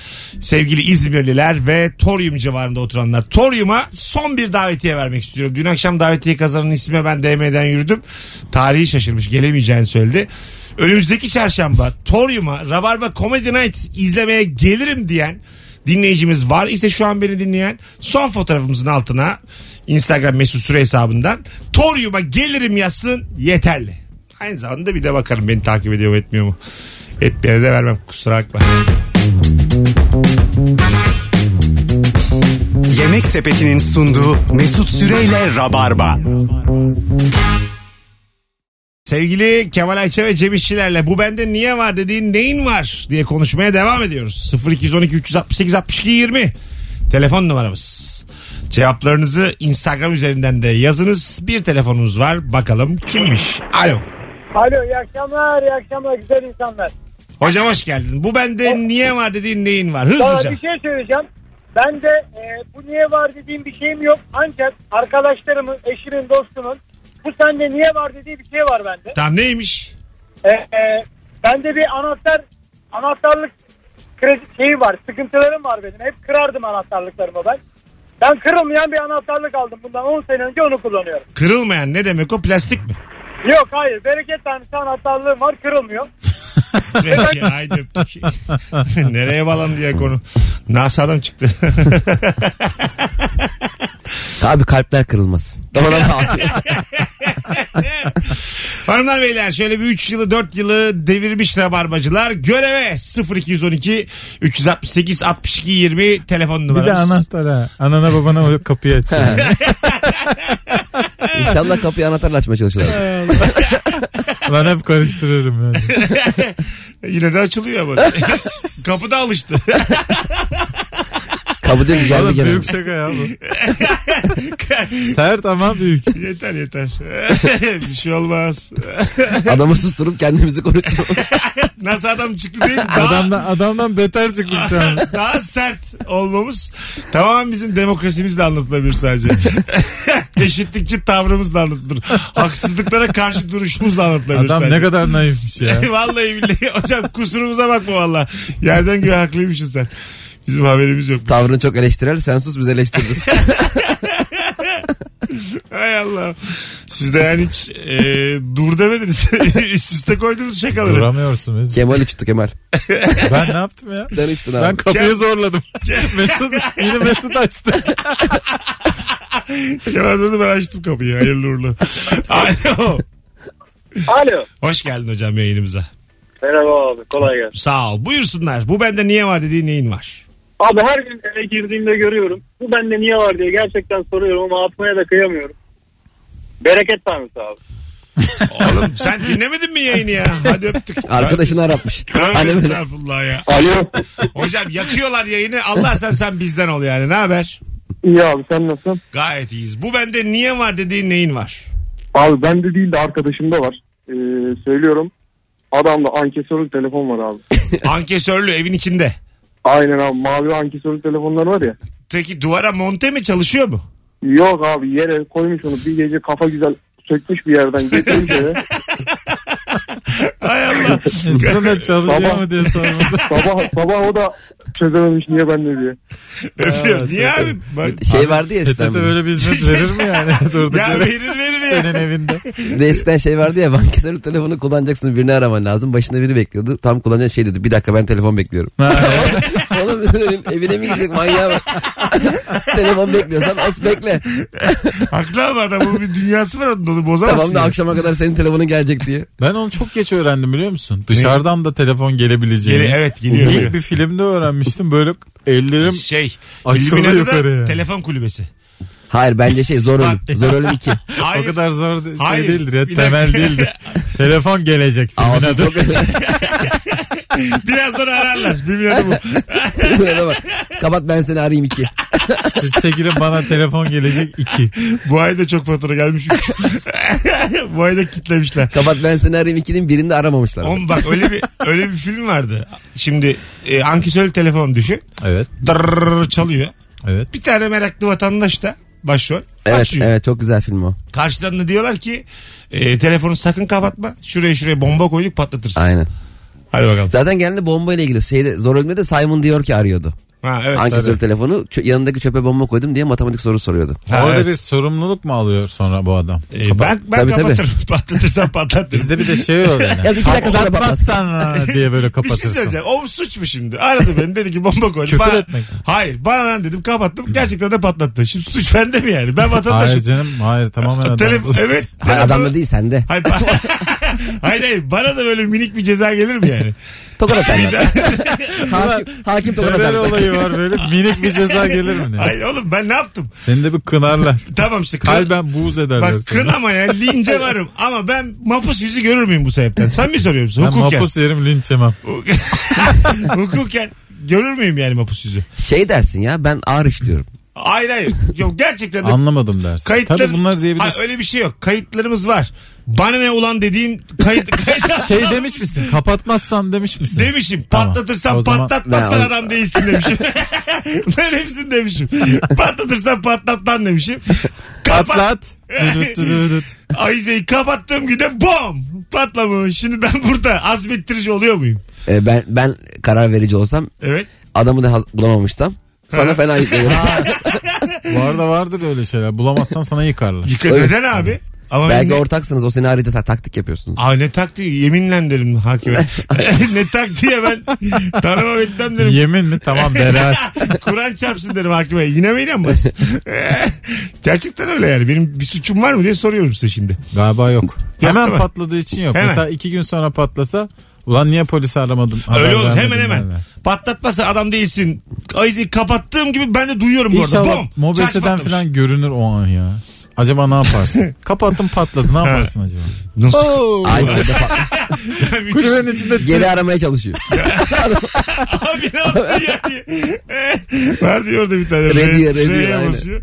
Speaker 2: Sevgili İzmirliler ve Torium civarında oturanlar. Torium'a son bir davetiye vermek istiyorum. Dün akşam davetiye kazanan isme ben DM'den yürüdüm. Tarihi şaşırmış gelemeyeceğini söyledi. Önümüzdeki çarşamba Torium'a Rabarba Comedy Night izlemeye gelirim diyen dinleyicimiz var ise şu an beni dinleyen son fotoğrafımızın altına Instagram mesut süre hesabından Torium'a gelirim yazsın yeterli. Aynı zamanda bir de bakarım beni takip ediyor mu etmiyor mu. Etmeyene de vermem kusura bakma.
Speaker 1: Yemek Sepeti'nin sunduğu Mesut Süreyle Rabarba.
Speaker 2: Sevgili Kemal Ayça ve Cem İşçilerle bu bende niye var dediğin neyin var diye konuşmaya devam ediyoruz. 0212 368 62 20 telefon numaramız. Cevaplarınızı Instagram üzerinden de yazınız. Bir telefonumuz var bakalım kimmiş. Alo.
Speaker 9: Alo iyi akşamlar iyi akşamlar güzel insanlar.
Speaker 2: Hocam hoş geldin. Bu bende niye var dediğin neyin var?
Speaker 9: Daha
Speaker 2: Hızlıca.
Speaker 9: bir şey söyleyeceğim. Ben de e, bu niye var dediğim bir şeyim yok. Ancak arkadaşlarımın, eşimin, dostumun bu sende niye var dediği bir şey var bende.
Speaker 2: Tamam neymiş?
Speaker 9: E, e, bende bir anahtar, anahtarlık kredi şeyi var. Sıkıntılarım var benim. Hep kırardım anahtarlıklarımı ben. Ben kırılmayan bir anahtarlık aldım. Bundan 10 sene önce onu kullanıyorum.
Speaker 2: Kırılmayan ne demek o? Plastik mi?
Speaker 9: Yok hayır. Bereket tanesi anahtarlığım var. Kırılmıyor.
Speaker 2: Peki, haydi öptük. Nereye balan diye konu. NASA'dan çıktı.
Speaker 4: Abi kalpler kırılmasın. Tamam abi.
Speaker 2: Hanımlar beyler şöyle bir 3 yılı 4 yılı devirmiş rabarbacılar. Göreve 0212 368 62 20 telefon
Speaker 3: Bir de
Speaker 2: numaramız.
Speaker 3: anahtara. Anana babana o kapıyı aç. yani.
Speaker 4: İnşallah kapıyı anahtarla açmaya çalışıyorlar.
Speaker 3: ben hep karıştırırım yani.
Speaker 2: Yine de açılıyor ama. Kapıda alıştı.
Speaker 4: Kapı diyor ki gel bir
Speaker 3: Oğlum
Speaker 4: gel.
Speaker 3: büyük şey. şaka ya bu. Sert ama büyük.
Speaker 2: yeter yeter. bir şey olmaz.
Speaker 4: Adamı susturup kendimizi konuşuyoruz.
Speaker 2: Nasıl adam çıktı değil mi? Daha,
Speaker 3: Adamdan, adamdan beter çıkmış şu an.
Speaker 2: daha sert olmamız tamamen bizim demokrasimizle anlatılabilir sadece. Eşitlikçi tavrımızla anlatılır. Haksızlıklara karşı duruşumuzla anlatılabilir
Speaker 3: Adam
Speaker 2: sadece.
Speaker 3: ne kadar naifmiş ya.
Speaker 2: vallahi billahi hocam kusurumuza bakma valla. Yerden göğe haklıymışsın sen. Bizim haberimiz yok.
Speaker 4: Tavrını çok eleştirel. Sen sus biz eleştiririz.
Speaker 2: Hay Allah. Siz de yani hiç e, dur demediniz. Üst üste koydunuz şakaları.
Speaker 3: Duramıyorsun Mesut.
Speaker 4: Kemal uçtu Kemal.
Speaker 3: Ben ne yaptım ya?
Speaker 4: Sen uçtun abi.
Speaker 3: Ben kapıyı
Speaker 2: Cem-
Speaker 3: zorladım. Mesut yine Mesut açtı.
Speaker 2: Kemal durdu ben açtım kapıyı. Hayırlı uğurlu. Alo.
Speaker 8: Alo.
Speaker 2: Hoş geldin hocam yayınımıza.
Speaker 8: Merhaba abi kolay gelsin.
Speaker 2: Sağ ol. Buyursunlar. Bu bende niye var dediğin neyin var?
Speaker 8: Abi her gün eve girdiğimde görüyorum. Bu bende niye var diye gerçekten soruyorum ama atmaya da kıyamıyorum. Bereket tanrısı abi.
Speaker 2: Oğlum sen dinlemedin mi yayını ya? Hadi öptük.
Speaker 4: Arkadaşını aratmış.
Speaker 2: Hani
Speaker 4: Hani böyle.
Speaker 2: Estağfurullah ya.
Speaker 8: Alo.
Speaker 2: Hocam yakıyorlar yayını. Allah sen sen bizden ol yani. Ne haber?
Speaker 8: İyi abi sen nasılsın?
Speaker 2: Gayet iyiyiz. Bu bende niye var dediğin neyin var?
Speaker 8: Abi bende değil de arkadaşımda var. Ee, söylüyorum. Adamda ankesörlü telefon var abi.
Speaker 2: Ankesörlü evin içinde.
Speaker 8: Aynen abi mavi ankesörlü telefonlar var ya.
Speaker 2: Peki duvara monte mi çalışıyor mu?
Speaker 8: Yok abi yere koymuş onu bir gece kafa güzel sökmüş bir yerden getirmiş eve.
Speaker 2: Hay Allah.
Speaker 3: Sana çalışıyor
Speaker 8: Baba.
Speaker 3: mu diye sormadı.
Speaker 8: Sabah, sabah o da çözememiş niye ben de diye.
Speaker 2: Öpüyorum. Niye
Speaker 3: çok
Speaker 2: abi? Bak-
Speaker 4: Şey vardı ya
Speaker 3: Tete
Speaker 4: İstanbul'da.
Speaker 3: böyle bir hizmet verir mi yani? Durduk
Speaker 2: ya
Speaker 3: yere.
Speaker 2: verir verir ya.
Speaker 3: Senin evinde.
Speaker 4: Bir de eskiden şey vardı ya bankasörlü telefonu kullanacaksın birini araman lazım. Başında biri bekliyordu. Tam kullanacak şey dedi. Bir dakika ben telefon bekliyorum. Oğlum dedim, evine mi gidecek manyağa bak. telefon bekliyorsan as bekle.
Speaker 2: Haklı ama adamın bir dünyası var onun onu bozamazsın.
Speaker 4: Tamam da
Speaker 2: ya.
Speaker 4: akşama kadar senin telefonun gelecek diye.
Speaker 3: Ben onu çok geç öğrendim biliyor musun? Dışarıdan da telefon gelebileceğini.
Speaker 2: Gele- evet, geliyor.
Speaker 3: İlk bir filmde öğrenmiştim. Böyle ellerim
Speaker 2: Şey.
Speaker 3: Açıldı
Speaker 2: filmin adı da
Speaker 3: yukarı ya.
Speaker 2: Telefon kulübesi.
Speaker 4: Hayır bence şey zor ölüm. zor ölüm 2.
Speaker 2: Hayır.
Speaker 3: o kadar zor de- şey
Speaker 2: Hayır.
Speaker 3: değildir
Speaker 2: Bir
Speaker 3: ya. Temel
Speaker 2: dakika.
Speaker 3: değildir. telefon gelecek filmin
Speaker 4: Ağzı
Speaker 3: adı.
Speaker 4: çok
Speaker 2: Birazdan ararlar. Birbirine bu.
Speaker 4: Buna bak. Kapat ben seni arayayım 2.
Speaker 3: Siz çekilin bana telefon gelecek iki.
Speaker 2: Bu ay da çok fatura gelmiş. Üç. bu ay da kitlemişler.
Speaker 4: Kapat ben seni arayayım 2'nin birinde aramamışlar.
Speaker 2: Oğlum bak öyle bir öyle bir film vardı. Şimdi e, ankesörlü telefon düşün.
Speaker 3: Evet.
Speaker 2: Dırrrr çalıyor.
Speaker 3: Evet.
Speaker 2: Bir tane meraklı vatandaş da başrol.
Speaker 4: Evet,
Speaker 2: açıyor.
Speaker 4: evet çok güzel film o.
Speaker 2: Karşıdan da diyorlar ki e, telefonu sakın kapatma. Şuraya şuraya bomba koyduk patlatırsın.
Speaker 4: Aynen.
Speaker 2: Hadi bakalım.
Speaker 4: Zaten genelde bomba ile ilgili şeyde zor ölme de Simon diyor ki arıyordu.
Speaker 2: Ha, evet,
Speaker 4: Ankesör
Speaker 2: tabii.
Speaker 4: telefonu çö- yanındaki çöpe bomba koydum diye matematik soru soruyordu.
Speaker 2: Ha,
Speaker 3: Orada
Speaker 2: evet.
Speaker 3: bir sorumluluk mu alıyor sonra bu adam?
Speaker 2: E, ben ben
Speaker 4: Tabii, tabii.
Speaker 2: kapatırım. Patlatırsan patlat. derim.
Speaker 3: Bizde bir de şey öyle.
Speaker 4: Ya iki dakika sonra patlat.
Speaker 3: Kapatmazsan diye böyle
Speaker 2: Bir şey
Speaker 3: kapatırsın.
Speaker 2: söyleyeceğim. O suç mu şimdi? Aradı beni dedi ki bomba koydum.
Speaker 3: Küfür etmek.
Speaker 2: Hayır bana lan dedim kapattım. Gerçekten de patlattı. Şimdi suç bende mi yani? Ben
Speaker 3: Hayır
Speaker 2: vatandaşım.
Speaker 3: canım. Hayır tamamen adam.
Speaker 2: Telefon evet.
Speaker 4: Ben
Speaker 2: Bana-
Speaker 4: adamla değil sende.
Speaker 2: Hayır, ba- hayır hayır bana da böyle minik bir ceza gelir mi yani?
Speaker 4: Tokat atarlar. hakim, hakim tokat
Speaker 3: Terör
Speaker 4: atarlar.
Speaker 3: olayı var böyle minik bir ceza gelir mi? ne?
Speaker 2: Hayır oğlum ben ne yaptım?
Speaker 3: Seni de bir kınarlar.
Speaker 2: Tamam işte. kın-
Speaker 3: Kalben buğz ederler
Speaker 2: Bak
Speaker 3: seni.
Speaker 2: kınama ya lince varım ama ben mapus yüzü görür müyüm bu sebepten? Sen mi soruyorsun?
Speaker 3: Ben
Speaker 2: Hukuken.
Speaker 3: mapus yerim linç yemem.
Speaker 2: Hukuken görür müyüm yani mapus yüzü?
Speaker 4: Şey dersin ya ben ağır işliyorum.
Speaker 2: Hayır hayır. Yok gerçekten de
Speaker 3: Anlamadım dersin.
Speaker 2: Kayıtlar...
Speaker 3: Tabii bunları diyebilirsin.
Speaker 2: Hayır, öyle bir şey yok. Kayıtlarımız var. Bana ne ulan dediğim kayıt... kayıt-
Speaker 3: Şey demiş misin? Kapatmazsan demiş misin?
Speaker 2: Demişim
Speaker 3: Tamam.
Speaker 2: patlatırsan
Speaker 3: O zaman-
Speaker 2: patlatmazsan
Speaker 4: Ben-
Speaker 2: adam değilsin demişim. ben hepsini demişim. Patlatırsan patlattan demişim. Kapat.
Speaker 3: Patlat. Düdüt düdüt.
Speaker 2: Ayize'yi kapattığım günde bom patlamış. Şimdi ben burada azmettirici oluyor muyum?
Speaker 4: Ee, ben ben karar verici olsam
Speaker 2: Evet.
Speaker 4: adamı da haz- bulamamışsam sana
Speaker 2: Ha.
Speaker 4: fena yüklenir.
Speaker 3: Bu arada vardır öyle şeyler. Bulamazsan sana yıkarlar.
Speaker 2: Yıka-
Speaker 4: Öyle.
Speaker 2: Neden abi? Ama
Speaker 4: Belki
Speaker 2: ne,
Speaker 4: ortaksınız o seni arayınca ta- taktik yapıyorsun.
Speaker 2: Aa, ne taktiği yeminle derim hakime. ne taktiğe ben tanımam etmem derim.
Speaker 3: Yemin mi? Tamam beraat.
Speaker 2: Kur'an çarpsın derim hakime. Yine mi inanmaz? Gerçekten öyle yani. Benim bir suçum var mı diye soruyorum size şimdi.
Speaker 3: Galiba yok.
Speaker 2: değil
Speaker 3: Hemen
Speaker 2: mi?
Speaker 3: patladığı için yok.
Speaker 2: Hemen.
Speaker 3: Mesela iki gün sonra patlasa ulan niye polisi aramadın? Haber
Speaker 2: öyle olur hemen
Speaker 3: vermedin
Speaker 2: hemen.
Speaker 3: derler.
Speaker 2: Patlatmasa adam değilsin. Ayizi kapattığım gibi ben de duyuyorum bu arada.
Speaker 3: İnşallah
Speaker 2: Bom. Çarşı
Speaker 3: mobeseden
Speaker 2: patlamış.
Speaker 3: falan görünür o an ya. Acaba ne yaparsın? Kapattın patladı ne yaparsın acaba?
Speaker 2: Nasıl?
Speaker 4: Aynı anda fa-
Speaker 2: Müthiş.
Speaker 3: Kulübenin içinde
Speaker 4: geri aramaya çalışıyor.
Speaker 2: Abi ne yaptın ya diye. Eh, Var diyor orada bir tane.
Speaker 4: Rediye,
Speaker 2: Re-
Speaker 4: rediye,
Speaker 2: Re'ye
Speaker 4: aynen.
Speaker 2: basıyor.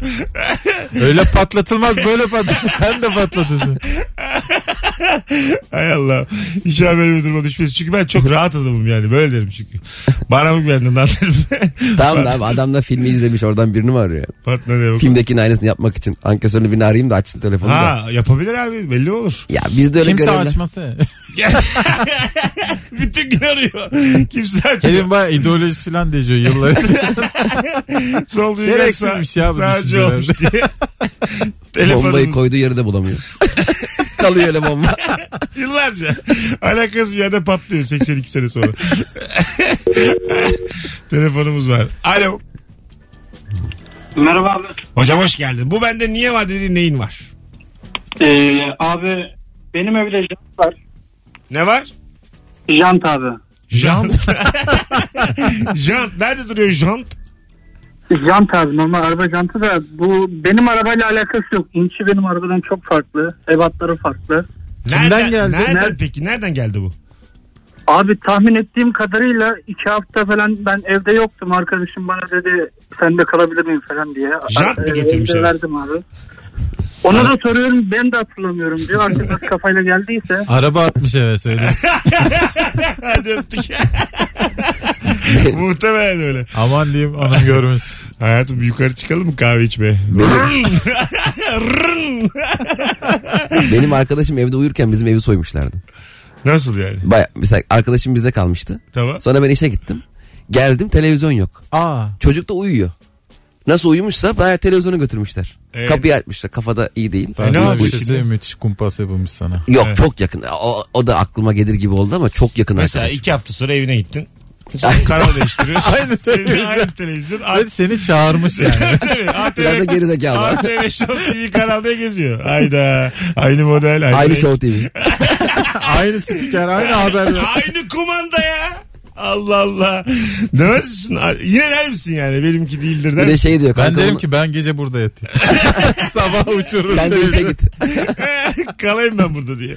Speaker 3: öyle patlatılmaz böyle patlatır. Sen de patlatırsın.
Speaker 2: Hay Allah. İnşallah böyle bir duruma düşmeyiz. Çünkü ben çok rahat adamım yani. Böyle derim çünkü. Bana mı geldin lan derim.
Speaker 4: tamam da abi adam da filmi izlemiş oradan birini mi arıyor?
Speaker 2: Patna diye bak.
Speaker 4: Filmdekinin aynısını yapmak için. Ankesörünü birini arayayım da açsın telefonu da.
Speaker 2: Ha yapabilir abi belli olur.
Speaker 4: Ya bizde öyle
Speaker 3: Kimse
Speaker 4: görevler.
Speaker 3: açması.
Speaker 2: Bütün gün arıyor. Kimse açmıyor.
Speaker 3: Herif baya ideolojisi falan diyeceği yıllar içinde.
Speaker 2: Solcu
Speaker 3: Gereksizmiş ya bu
Speaker 2: Sadece
Speaker 3: düşünceler.
Speaker 2: olmuş diye.
Speaker 4: Bombayı
Speaker 2: Telefonumuz
Speaker 4: koyduğu yeri de bulamıyor. Kalıyor öyle bomba.
Speaker 2: yıllarca. Alakasız bir yerde patlıyor 82 sene sonra. Telefonumuz var. Alo.
Speaker 8: Merhaba abi.
Speaker 2: Hocam hoş geldin. Bu bende niye var dediğin neyin var?
Speaker 8: Ee, abi benim evde jant var.
Speaker 2: Ne var?
Speaker 8: Jant abi.
Speaker 2: Jant. jant. Nerede duruyor jant?
Speaker 8: Jant abi normal araba jantı da bu benim arabayla alakası yok. İnçi benim arabadan çok farklı. Ebatları farklı.
Speaker 2: Nereden,
Speaker 3: Kimden geldi?
Speaker 2: Nereden
Speaker 8: Nerede?
Speaker 2: peki? Nereden geldi bu?
Speaker 8: Abi tahmin ettiğim kadarıyla iki hafta falan ben evde yoktum. Arkadaşım bana dedi sen de kalabilir miyim falan diye.
Speaker 2: Jant mı
Speaker 8: Ee,
Speaker 2: getirmiş
Speaker 8: evde
Speaker 2: abi?
Speaker 8: verdim abi. Ona da soruyorum ben de hatırlamıyorum diyor. Artık nasıl kafayla geldiyse.
Speaker 3: Araba atmış eve söyle.
Speaker 2: Hadi öptük. Muhtemelen öyle.
Speaker 3: Aman diyeyim anam görmesin.
Speaker 2: Hayatım yukarı çıkalım mı kahve içmeye? Rrrn.
Speaker 4: Benim arkadaşım evde uyurken bizim evi soymuşlardı.
Speaker 2: Nasıl yani?
Speaker 4: Baya, mesela arkadaşım bizde kalmıştı.
Speaker 2: Tamam.
Speaker 4: Sonra ben işe gittim. Geldim televizyon yok.
Speaker 3: Aa.
Speaker 4: Çocuk da uyuyor. Nasıl uyumuşsa bayağı televizyonu götürmüşler.
Speaker 2: Evet. E,
Speaker 4: Kapıyı açmışlar. Kafada iyi değil.
Speaker 3: Ben
Speaker 2: Ne
Speaker 3: sana
Speaker 2: yapmış
Speaker 3: bir şey
Speaker 2: şimdi?
Speaker 3: söyleyeyim, müthiş kumpas yapılmış sana.
Speaker 4: Yok
Speaker 2: Evet.
Speaker 4: çok yakın. O, o da aklıma gelir gibi oldu ama çok yakın
Speaker 2: Mesela
Speaker 4: arkadaş.
Speaker 2: iki hafta sonra evine gittin. Sen kanal değiştiriyorsun.
Speaker 3: Aynı televizyon.
Speaker 2: Aynı televizyon.
Speaker 3: Evet, seni çağırmış yani.
Speaker 2: Tabii, ATV,
Speaker 4: Biraz da gerizekalı.
Speaker 2: ATV Show TV kanalda geziyor. Hayda. Aynı model. Aynı,
Speaker 4: Aynı Show TV.
Speaker 3: aynı spiker aynı haberler.
Speaker 2: Aynı kumanda ya. Allah Allah. Demez misin? Yine der misin yani? Benimki değildir der
Speaker 4: Bir de
Speaker 2: misin?
Speaker 4: şey diyor
Speaker 3: Ben
Speaker 4: kanka.
Speaker 3: derim
Speaker 4: bunu-
Speaker 3: ki ben gece burada yatayım. Sabah uçururum.
Speaker 4: sen de işe git.
Speaker 2: Kalayım ben burada diye.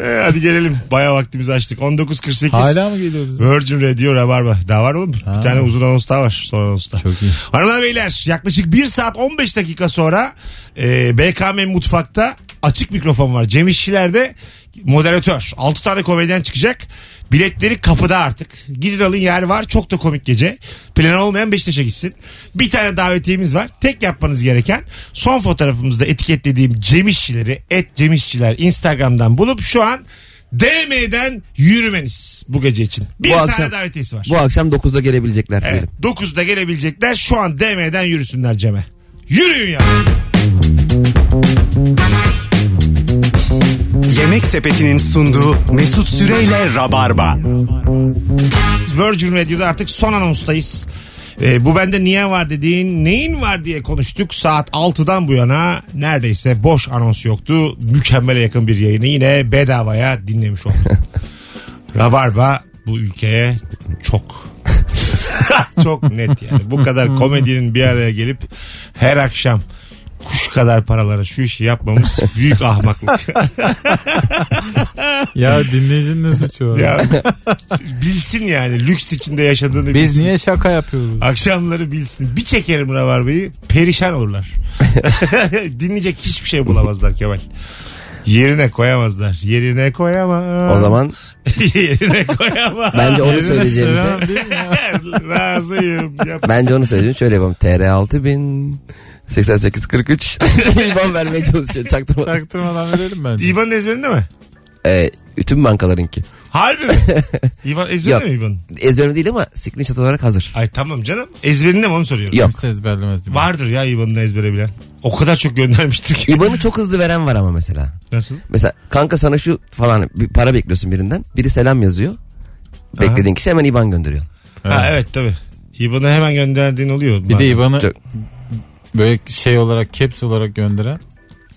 Speaker 2: Ee, Hadi gelelim. Bayağı vaktimizi açtık. 19.48.
Speaker 3: Hala mı geliyoruz?
Speaker 2: Virgin Radio Rabarba. Daha var oğlum. Bir tane uzun anons daha var. Son anons da.
Speaker 3: Çok iyi.
Speaker 2: Hanımlar beyler yaklaşık 1 saat 15 dakika sonra e, BKM Mutfak'ta açık mikrofon var. Cem İşçiler'de moderatör. 6 tane komedyen çıkacak. Biletleri kapıda artık. Gidin alın yer var. Çok da komik gece. Planı olmayan Beşiktaş'a gitsin. Bir tane davetiyemiz var. Tek yapmanız gereken son fotoğrafımızda etiketlediğim Cem İşçileri, et Cem İşçiler Instagram'dan bulup şu an DM'den yürümeniz bu gece için. Bir
Speaker 4: Bu
Speaker 2: tane
Speaker 4: akşam-
Speaker 2: davetiyesi var.
Speaker 4: Bu akşam 9'da gelebilecekler
Speaker 2: Evet.
Speaker 4: diyelim.
Speaker 2: 9'da gelebilecekler. Şu an DM'den yürüsünler Cem'e. Yürüyün ya.
Speaker 1: Yemek Sepeti'nin sunduğu Mesut Süreyle Rabarba.
Speaker 2: Virgin Radio'da artık son anonstayız. Ee, bu bende niye var dediğin neyin var diye konuştuk. Saat 6'dan bu yana neredeyse boş anons yoktu. Mükemmele yakın bir yayını yine bedavaya dinlemiş olduk. Rabarba bu ülkeye çok çok net yani. Bu kadar komedinin bir araya gelip her akşam kuş kadar paralara şu işi yapmamız büyük ahmaklık.
Speaker 3: Ya dinleyicinin ne suçu var?
Speaker 2: ya, bilsin yani lüks içinde yaşadığını
Speaker 3: Biz
Speaker 2: bilsin.
Speaker 3: niye şaka yapıyoruz?
Speaker 2: Akşamları bilsin. Bir çekerim Rabarba'yı perişan olurlar. Dinleyecek hiçbir şey bulamazlar Kemal. Yerine koyamazlar. Yerine koyamaz.
Speaker 4: O zaman
Speaker 2: Yerine koyamaz.
Speaker 4: bence onu
Speaker 3: Yerine
Speaker 4: söyleyeceğimize.
Speaker 3: selam değil mi ya?
Speaker 2: Razıyım. Yap.
Speaker 4: Bence onu söyleyeyim. Şöyle yapalım. TR 6000 88 43 İban vermeye çalışıyor çaktırma.
Speaker 3: Çaktırmadan verelim bence.
Speaker 2: İvan'ın ezberinde mi?
Speaker 4: Ee, tüm bankalarınki.
Speaker 2: Harbi mi? İvan ezberinde
Speaker 4: Yok.
Speaker 2: mi İvan?
Speaker 4: Ezberim değil ama screenshot olarak hazır.
Speaker 2: Ay tamam canım. Ezberinde mi onu soruyorum.
Speaker 4: Yok.
Speaker 3: Kimse ezberlemez. gibi.
Speaker 2: Vardır ya İvan'ın ezbere bilen. O kadar çok göndermiştir ki.
Speaker 4: İban'ı çok hızlı veren var ama mesela.
Speaker 2: Nasıl?
Speaker 4: Mesela kanka sana şu falan bir para bekliyorsun birinden. Biri selam yazıyor. Beklediğin kişi hemen İban gönderiyor.
Speaker 2: Ha evet tabii. İvan'ı hemen gönderdiğin oluyor.
Speaker 3: Bir de İvan'ı
Speaker 4: Çok-
Speaker 3: böyle şey olarak caps olarak gönderen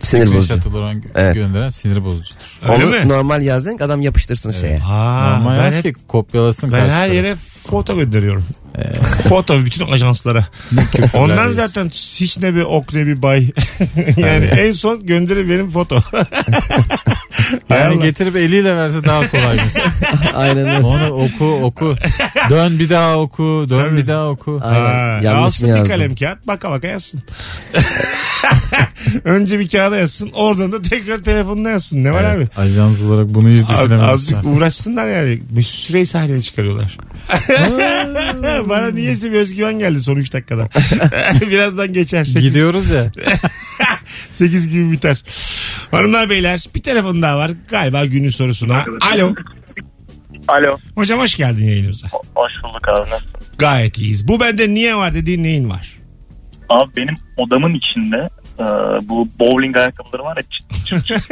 Speaker 4: Sinir bozucu.
Speaker 3: screenshot olarak gö-
Speaker 4: Evet.
Speaker 3: gönderen sinir bozucudur.
Speaker 2: Öyle
Speaker 4: Onu
Speaker 2: mi?
Speaker 4: normal yazdın ki adam yapıştırsın şeye.
Speaker 2: Ha,
Speaker 3: Normal
Speaker 2: ben
Speaker 3: yaz
Speaker 2: hep
Speaker 3: ki kopyalasın
Speaker 2: Ben
Speaker 3: karşı
Speaker 2: her
Speaker 3: tarafı.
Speaker 2: yere foto gönderiyorum.
Speaker 4: Ee.
Speaker 2: foto bütün ajanslara.
Speaker 3: Küfürler
Speaker 2: Ondan
Speaker 3: yiyoruz.
Speaker 2: zaten hiç ne bir ok ne bir bay. yani en son gönderi benim foto.
Speaker 3: Yani getirip eliyle verse daha kolaymış.
Speaker 4: Aynen öyle.
Speaker 3: Onu oku oku. Dön bir daha oku. Dön bir daha oku.
Speaker 2: Ha,
Speaker 4: Aynen. Yanlış
Speaker 2: alsın
Speaker 4: mı
Speaker 2: bir
Speaker 4: yazdın?
Speaker 2: kalem kağıt baka baka yazsın. Önce bir kağıda yazsın oradan da tekrar telefonuna yazsın. Ne var abi?
Speaker 3: Evet, ajans olarak bunu hiç
Speaker 2: Az-
Speaker 3: düşünememişler.
Speaker 2: Azıcık uğraşsınlar yani. Mesut Süreyi sahneye çıkarıyorlar. Bana niyeyse bir özgüven geldi son 3 dakikada. Birazdan geçer. Sekiz-
Speaker 3: Gidiyoruz ya.
Speaker 2: 8 gibi biter. Hanımlar beyler bir telefon daha var. Galiba günün sorusuna. Alo.
Speaker 5: Alo.
Speaker 2: Hocam hoş geldin yayınımıza.
Speaker 5: Hoş bulduk abi nasılsın?
Speaker 2: Gayet iyiyiz. Bu bende niye var dediğin neyin var?
Speaker 5: Abi benim odamın içinde e, bu bowling ayakkabıları var ya çıt çıt çıt.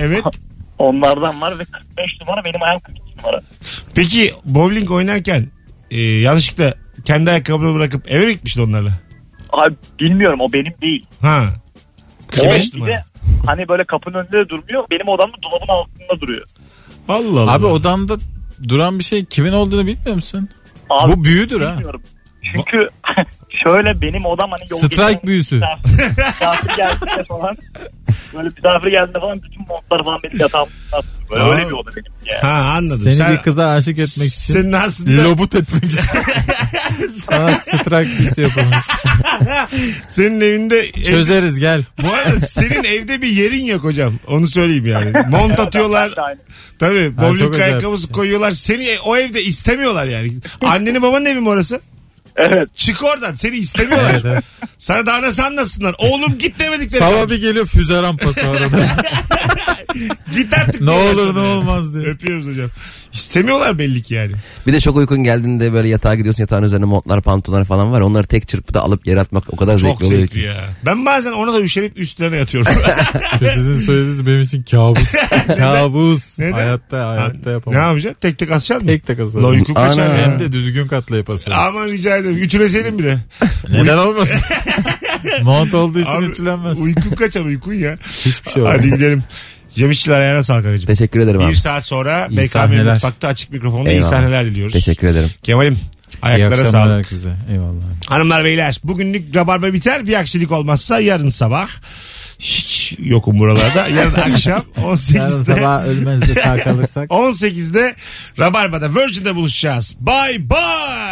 Speaker 2: Evet.
Speaker 5: onlardan var ve 45 numara benim ayağım 42 numara.
Speaker 2: Peki bowling oynarken e, yanlışlıkla kendi ayakkabını bırakıp eve mi gitmiştin onlarla?
Speaker 5: Abi bilmiyorum o benim değil.
Speaker 2: Ha.
Speaker 5: O
Speaker 2: 45
Speaker 5: bir de
Speaker 2: numara.
Speaker 5: hani böyle kapının önünde de durmuyor. Benim odamda dolabın altında duruyor.
Speaker 2: Allah Allah.
Speaker 3: Abi odanda duran bir şey kimin olduğunu bilmiyor musun?
Speaker 5: Abi,
Speaker 3: Bu büyüdür ha.
Speaker 5: bilmiyorum. Çünkü şöyle benim odam hani yol
Speaker 3: Strike
Speaker 5: geçen
Speaker 3: büyüsü.
Speaker 5: misafir- misafir geldi de falan.
Speaker 8: Böyle misafir geldiğinde falan bütün montlar falan benim yatağımın altında. Böyle
Speaker 2: Aa.
Speaker 8: öyle bir oda benim. Yani.
Speaker 2: Ha anladım.
Speaker 3: Seni
Speaker 2: Sen-
Speaker 3: bir kıza aşık etmek için.
Speaker 2: Senin aslında
Speaker 3: Lobut etmek için. Sana strike kimse yapılmış.
Speaker 2: senin evinde
Speaker 3: Çözeriz gel.
Speaker 2: Bu arada senin evde bir yerin yok hocam. Onu söyleyeyim yani. Mont atıyorlar.
Speaker 8: Ben de aynı.
Speaker 2: Tabii.
Speaker 3: Ha, çok
Speaker 2: Bowling
Speaker 3: acayip.
Speaker 2: ayakkabısı koyuyorlar. Seni o evde istemiyorlar yani. Annenin babanın evi mi orası?
Speaker 8: Evet.
Speaker 2: Çık oradan. Seni istemiyorlar.
Speaker 3: Evet, evet.
Speaker 2: Sana daha nasıl anlasınlar? Oğlum git demedikleri.
Speaker 3: Sabah bir geliyor füze rampası arada.
Speaker 2: Git artık.
Speaker 3: ne
Speaker 2: diyorlar
Speaker 3: olur ne
Speaker 2: sana.
Speaker 3: olmaz diye.
Speaker 2: Öpüyoruz hocam. İstemiyorlar belli ki yani.
Speaker 4: Bir de çok uykun geldiğinde böyle yatağa gidiyorsun yatağın üzerine montlar pantolonlar falan var. Onları tek çırpıda alıp yere atmak o kadar
Speaker 2: Çok
Speaker 4: zevkli oluyor
Speaker 2: zevkli
Speaker 4: ki.
Speaker 2: ya. Ben bazen ona da üşenip üstlerine yatıyorum.
Speaker 3: Şu Sizin söylediğiniz benim için kabus. kabus.
Speaker 2: Neden?
Speaker 3: Hayatta hayatta
Speaker 2: ne
Speaker 3: yapamam.
Speaker 2: yapacaksın? Tek tek asacaksın mı?
Speaker 3: Tek tek
Speaker 2: La
Speaker 3: asarım.
Speaker 2: uyku kaçar
Speaker 4: Ana.
Speaker 2: ya.
Speaker 3: Hem de düzgün katlayıp asarım.
Speaker 2: Aman rica ederim. Ütüleseydin bir de.
Speaker 3: Neden olmasın? Mont olduğu için
Speaker 2: Abi,
Speaker 3: ütülenmez.
Speaker 2: Uykum kaçar uykun ya.
Speaker 3: Hiçbir şey olmaz.
Speaker 2: Hadi gidelim. Yemişçiler ayağına sağlık Agacığım.
Speaker 4: Teşekkür ederim
Speaker 2: Bir
Speaker 4: abi.
Speaker 2: saat sonra
Speaker 3: İyi
Speaker 2: BKM
Speaker 3: sahneler.
Speaker 2: Mutfak'ta açık mikrofonda iyi
Speaker 4: Eyvallah.
Speaker 2: sahneler diliyoruz.
Speaker 4: Teşekkür ederim.
Speaker 2: Kemal'im
Speaker 3: İyi
Speaker 2: ayaklara
Speaker 3: akşamlar
Speaker 2: sağlık.
Speaker 3: herkese. Eyvallah.
Speaker 2: Hanımlar beyler bugünlük rabarba biter. Bir aksilik olmazsa yarın sabah hiç yokum buralarda. Yarın akşam 18'de.
Speaker 3: Yarın sabah ölmez de sağ kalırsak.
Speaker 2: 18'de Rabarba'da Virgin'de buluşacağız. Bye bye.